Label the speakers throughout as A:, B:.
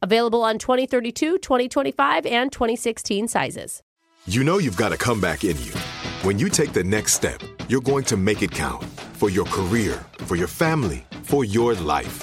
A: Available on 2032, 2025, and 2016 sizes.
B: You know you've got a comeback in you. When you take the next step, you're going to make it count for your career, for your family, for your life.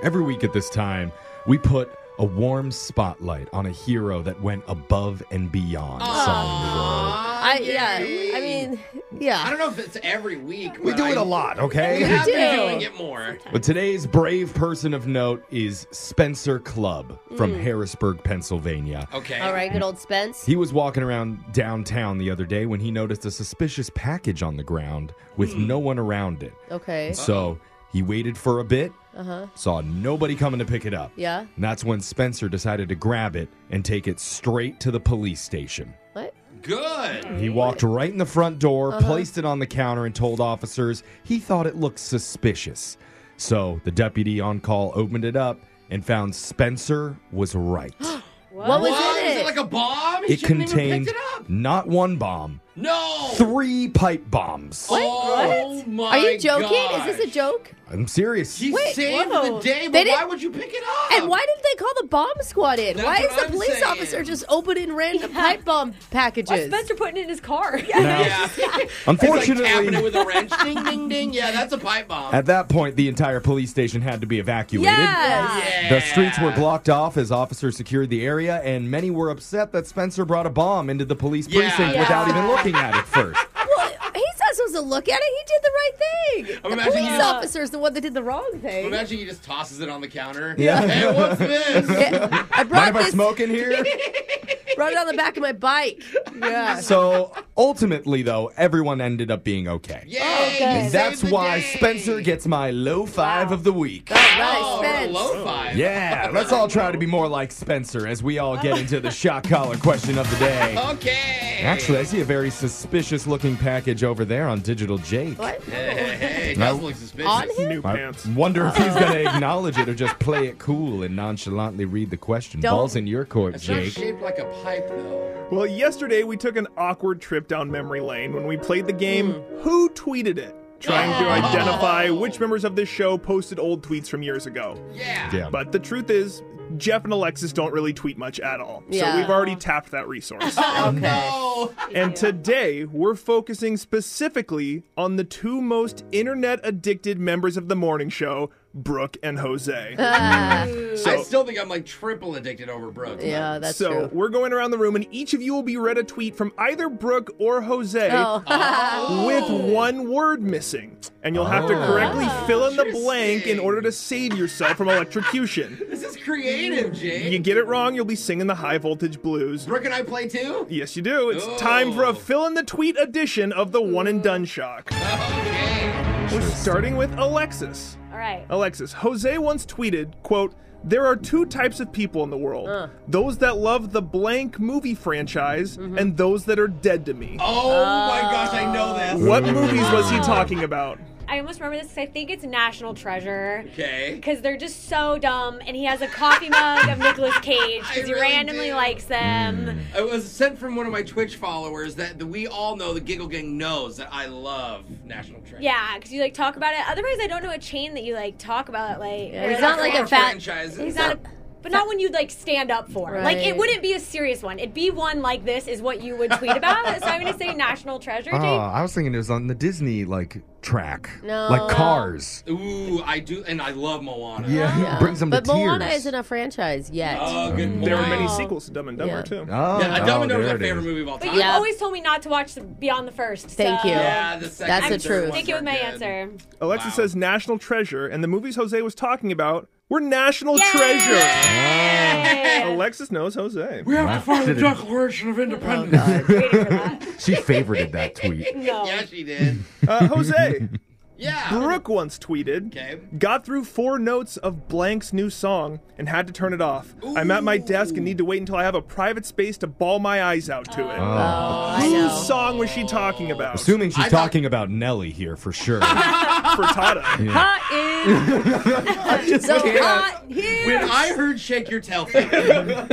C: Every week at this time, we put a warm spotlight on a hero that went above and beyond. Song
A: I, yeah, I mean, yeah.
D: I don't know if it's every week.
C: we
D: but
C: do
D: I-
C: it a lot,
D: We
C: okay?
D: have
A: We
D: been
A: do.
D: doing it more.
C: But today's brave person of note is Spencer Club from Harrisburg, Pennsylvania.
D: Okay.
A: All right, good old Spence.
C: He was walking around downtown the other day when he noticed a suspicious package on the ground with no one around it.
A: Okay.
C: So he waited for a bit,
D: Uh-huh.
C: saw nobody coming to pick it up.
A: Yeah.
C: And that's when Spencer decided to grab it and take it straight to the police station.
A: What? Mm.
D: Good.
C: He walked right in the front door,
D: Uh-huh.
C: placed it on the counter, and told officers he thought it looked suspicious. So the deputy on call opened it up and found Spencer was right.
A: What,
D: What?
A: was
D: Is
A: in
D: it
A: it?
D: like a bomb? He
C: it
D: shouldn't even
C: contained
D: picked it up.
C: not one bomb,
D: No.
C: three pipe bombs.
D: Oh
A: What?
D: my
A: Are you joking?
D: gosh.
A: Is this a joke?
C: I'm serious.
D: She
A: Wait,
D: saved
A: whoa.
D: the day,
A: They
D: but
A: didn't-
D: why would you pick it up?
A: And why did they call the bomb squad in?
D: That's
A: Why is
D: what
A: the
D: I'm
A: police
D: saying.
A: officer just opening random pipe bomb
E: What's
A: packages?
E: Spencer putting in his car?
C: Now,
D: Yeah. it's like
C: Unfortunately,
D: tapping it with a wrench. ding, ding, ding. Yeah, that's a pipe bomb.
C: at that point, the entire police station had to be evacuated.
A: Yes.
D: yeah.
C: The streets were blocked off as officers secured the area, and many were upset that Spencer brought a bomb into the police
D: Yeah.
C: precinct
D: Yeah.
C: without even looking at it first.
A: Well, he's not supposed to look at it. He did the right thing.
D: I'm
A: the
D: imagining
A: police
D: you-
A: officer is the one that did the wrong thing.
D: Imagine he just tosses it on the counter.
C: Yeah.
D: Hey, what's this?
A: I
C: Mind
A: brought
C: if I
A: this
C: smoke in here?
A: right on the back of my bike. Yeah.
C: so ultimately, though, everyone ended up being okay.
A: Oh,
D: Yay, you
C: And
D: saved
C: that's
D: the
C: why
D: day.
C: Spencer gets my low five of the week.
A: All
D: Oh,
A: right,
D: a
A: Spence.
D: low five.
C: Yeah, let's all try to be more like Spencer as we all get into the shot collar question of the
D: Oh.
C: day.
D: Okay.
C: Actually, I see a very suspicious looking package over there on Digital Jake.
A: What?
D: Hey, hey, it
C: No.
D: does look suspicious.
A: On him?
F: New
C: I
F: pants.
C: wonder if he's going to acknowledge it or just play it cool and nonchalantly read the question.
A: Don't-
C: Balls in your court,
D: It's not
C: Jake.
D: shaped like a pipe, though.
F: Well, yesterday we took an awkward trip down memory lane when we played the game Who Tweeted It? Trying to identify which members of this show posted old tweets from years ago.
D: Yeah.
C: Yeah.
F: But the truth is, Jeff and Alexis don't really tweet much at all.
A: Yeah.
F: So we've already tapped that resource.
D: No.
F: and today we're focusing specifically on the two most internet addicted members of the morning show, Brooke and Jose.
D: I still think I'm like triple addicted over Brooke.
A: Yeah, Oh, that's
F: so
A: true.
F: we're going around the room, and each of you will be read a tweet from either Brooke or Jose
A: Oh.
F: with one word missing. And you'll have to
C: Oh.
F: correctly fill in the blank in
D: Ah. Interesting.
F: order to save yourself from electrocution.
D: This is creative, Jake.
F: you get it wrong, you'll be singing the high voltage blues.
D: Brooke and I play too?
F: Yes, you do. It's time for
D: Oh.
F: a fill in the tweet edition of the One and Done Shock.
D: Okay.
F: We're starting with Alexis.
E: All right.
F: Alexis, Jose once tweeted, quote, There are two types of people in the world those that love the blank movie franchise and those that are dead to me.
D: Oh my gosh, I know that.
F: What movies was he talking about?
E: I almost remember this 'cause I think it's National Treasure.
D: Okay.
E: Because they're just so dumb, and he has a coffee mug of Nicolas Cage
D: I
E: because he
D: really
E: randomly
D: do. Hmm.
E: likes them.
D: It was sent from one of my Twitch followers that that we all know, the Giggle Gang knows that I love National Treasure.
E: Yeah, because you like talk about it. Otherwise, I don't know a chain that you like talk about. Like,
A: Yeah,
E: or,
A: he's not
D: There's
A: like
D: lot
A: a
D: of
A: fat-
D: franchises.
E: He's not. A, but not one you'd like stand up for. Like
A: Right.
E: it wouldn't be a serious one. It'd be one like this is what you would tweet about. so I'm gonna say National Treasure.
C: Oh,
E: Jake.
C: I was thinking it was on the Disney like track,
A: No.
C: like Cars.
D: Ooh, I do, and I love Moana.
C: Yeah,
A: Yeah.
C: brings them
A: but
C: to
A: Moana
C: tears.
A: isn't a franchise yet.
D: Oh, good point.
F: There were many
E: Wow.
F: sequels to Dumb and Dumber,
A: Yeah.
F: too.
C: Oh,
D: Yeah, Dumb and Dumber is
C: there
D: my
C: it
D: favorite
C: is.
D: movie of all
E: But
D: time.
E: you've
A: Yeah.
E: always told me not to watch the Beyond the First.
A: Thank
E: so
A: you.
D: Yeah, the second
A: That's the
D: and third
A: truth.
D: ones
E: Stick it with
D: are
E: my
D: good.
E: answer.
F: Alexa
D: Wow.
F: says National Treasure, and the movies Jose was talking about were National Treasure. Alexis knows Jose.
D: We have
C: Wow.
D: to find the
C: Did it-
D: Declaration of Independence.
E: Waiting for that.
C: She favorited that tweet.
E: No.
D: yeah, she did.
F: Uh, Jose,
D: Yeah.
F: Brooke once tweeted,
D: Okay.
F: got through four notes of Blank's new song and had to turn it off. I'm at my desk and need to wait until I have a private space to ball my eyes out to it. Whose song was she talking about?
C: Assuming she's
D: I thought-
C: talking about Nelly here for sure.
F: Frittata.
A: Hot in. so hot here.
D: When I heard Shake Your Tail Feather.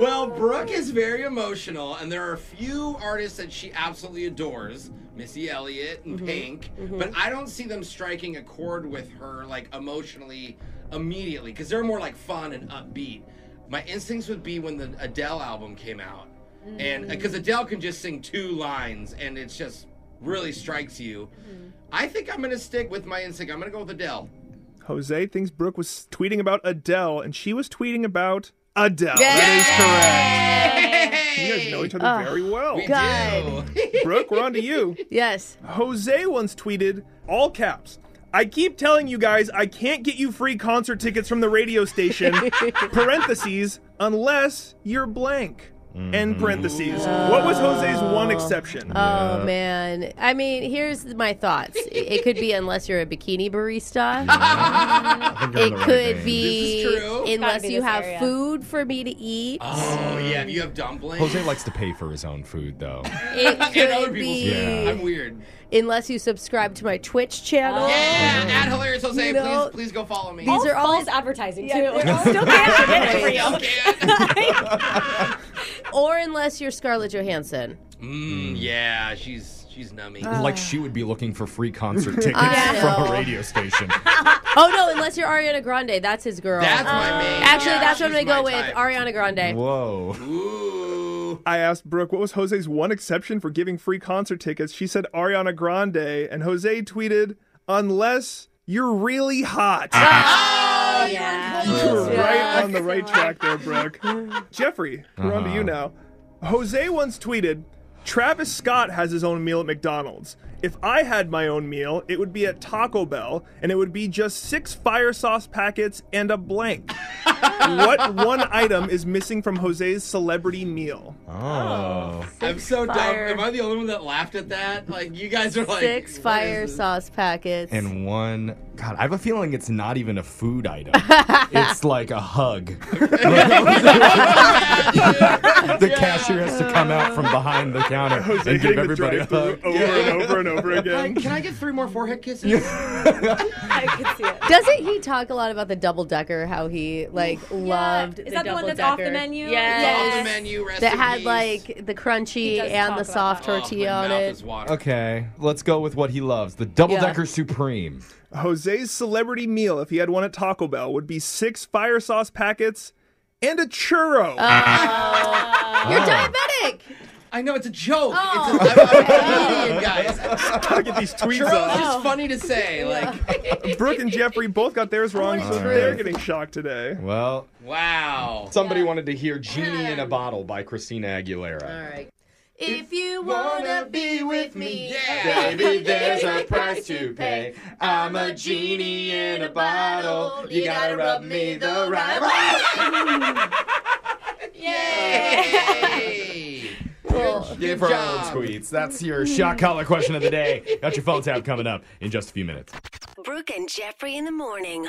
D: well, Brooke is very emotional, and there are a few artists that she absolutely adores Missy Elliott and Pink, but I don't see them striking a chord with her, like emotionally, immediately, because they're more like fun and upbeat. My instincts would be when the Adele album came out, and because Adele can just sing two lines, and it's just really strikes you. I think I'm gonna stick with my instinct. I'm gonna go with Adele.
F: Jose thinks Brooke was tweeting about Adele, and she was tweeting about Adele. That is correct. You guys know each other very well.
A: God.
D: Ew.
F: Brooke, we're on to you.
A: Yes.
F: Jose once tweeted, all caps, I keep telling you guys I can't get you free concert tickets from the radio station, parentheses, unless you're blank, end parentheses. What was Jose's one exception?
A: Oh man. I mean, here's my thoughts. it could be unless you're a bikini barista.
C: I
A: It
C: think you're on the right
A: could
C: vein.
A: be
D: This is true.
A: unless
E: Gotta be
A: you
E: this
A: have
E: area.
A: food for me to eat.
D: oh yeah, if you have dumplings.
C: Jose likes to pay for his own food though.
A: It
D: and other
A: could
D: people's
A: be
D: food. I'm weird.
A: unless you subscribe to my Twitch channel.
D: Oh. Yeah, at hilarious Jose,
A: You know,
D: please please go follow me.
A: These are all
E: false advertising
A: Yeah,
E: too.
A: they're all-
E: Still can't get it for you.
D: Okay.
A: or unless you're Scarlett Johansson.
D: mm, yeah, she's she's nummy.
A: Uh,
C: like she would be looking for free concert tickets
A: I
C: from
A: know.
C: a radio station.
A: Oh no, unless you're Ariana Grande. That's his girl. Uh,
D: that's my main.
A: Actually,
D: yeah,
A: that's what I'm
D: she's
A: gonna go
D: my
A: with.
D: type.
A: Ariana Grande.
C: Whoa.
D: Ooh.
F: I asked Brooke what was Jose's one exception for giving free concert tickets. She said Ariana Grande, and Jose tweeted, unless you're really hot. You were right on the right track there, Brooke. Jeffrey, we're on to you now. Jose once tweeted Travis Scott has his own meal at McDonald's. If I had my own meal, it would be at Taco Bell, and it would be just six fire sauce packets and a blank. what one item is missing from Jose's celebrity meal?
C: Oh.
D: I'm so
A: fire-
D: dumb. Am I the only one that laughed at that? Like you guys are like
A: Six
D: what is
A: fire
D: this?
A: sauce packets.
C: And one, God, I have a feeling it's not even a food item. it's like a hug. the cashier has to come out from behind the counter and give
F: Hitting the
C: everybody a
F: drive-thru
C: hug.
F: over and over and over
D: Like,
F: again.
D: can I get three more forehead kisses?
E: I could see it.
A: Doesn't he talk a lot about the double decker? How he like loved.
E: Is that the one that's
A: double-decker?
E: off the menu?
A: Yes.
D: Off the
E: Yes.
D: menu. Rest
A: That
D: in
A: had
D: peace.
A: like the
E: He
A: crunchy
E: does
A: and
E: talk
A: the
E: about
A: soft
E: that.
D: Oh, my
A: tortilla on
D: mouth
A: it.
D: is watering.
C: Okay, let's go with what he loves the double decker supreme.
F: Jose's celebrity meal, if he had one at Taco Bell, would be six fire sauce packets and a churro.
A: You're
C: Ah.
A: diabetic.
D: I know it's a joke.
A: Oh.
D: It's a, I'm, I'm a comedian, guys.
F: Gotta get these tweets
D: Churros is
F: off.
A: Oh.
D: just funny to say. Like,
F: Brooke and Jeffrey both got theirs wrong, so
C: Alright.
F: they're getting shocked today.
C: Well,
D: wow.
C: somebody wanted to hear Genie in a Bottle by Christina Aguilera.
A: All right. If you wanna be with me,
D: Yeah.
C: Baby, there's a price to pay. I'm a genie in a bottle. You gotta rub me the right way.
D: Hey.
A: Cool.
D: Good
C: For our
D: job.
C: tweets, that's your shot collar question of the day. Got your phone tab coming up in just a few minutes.
G: Brooke Brooke and Jeffrey in the morning.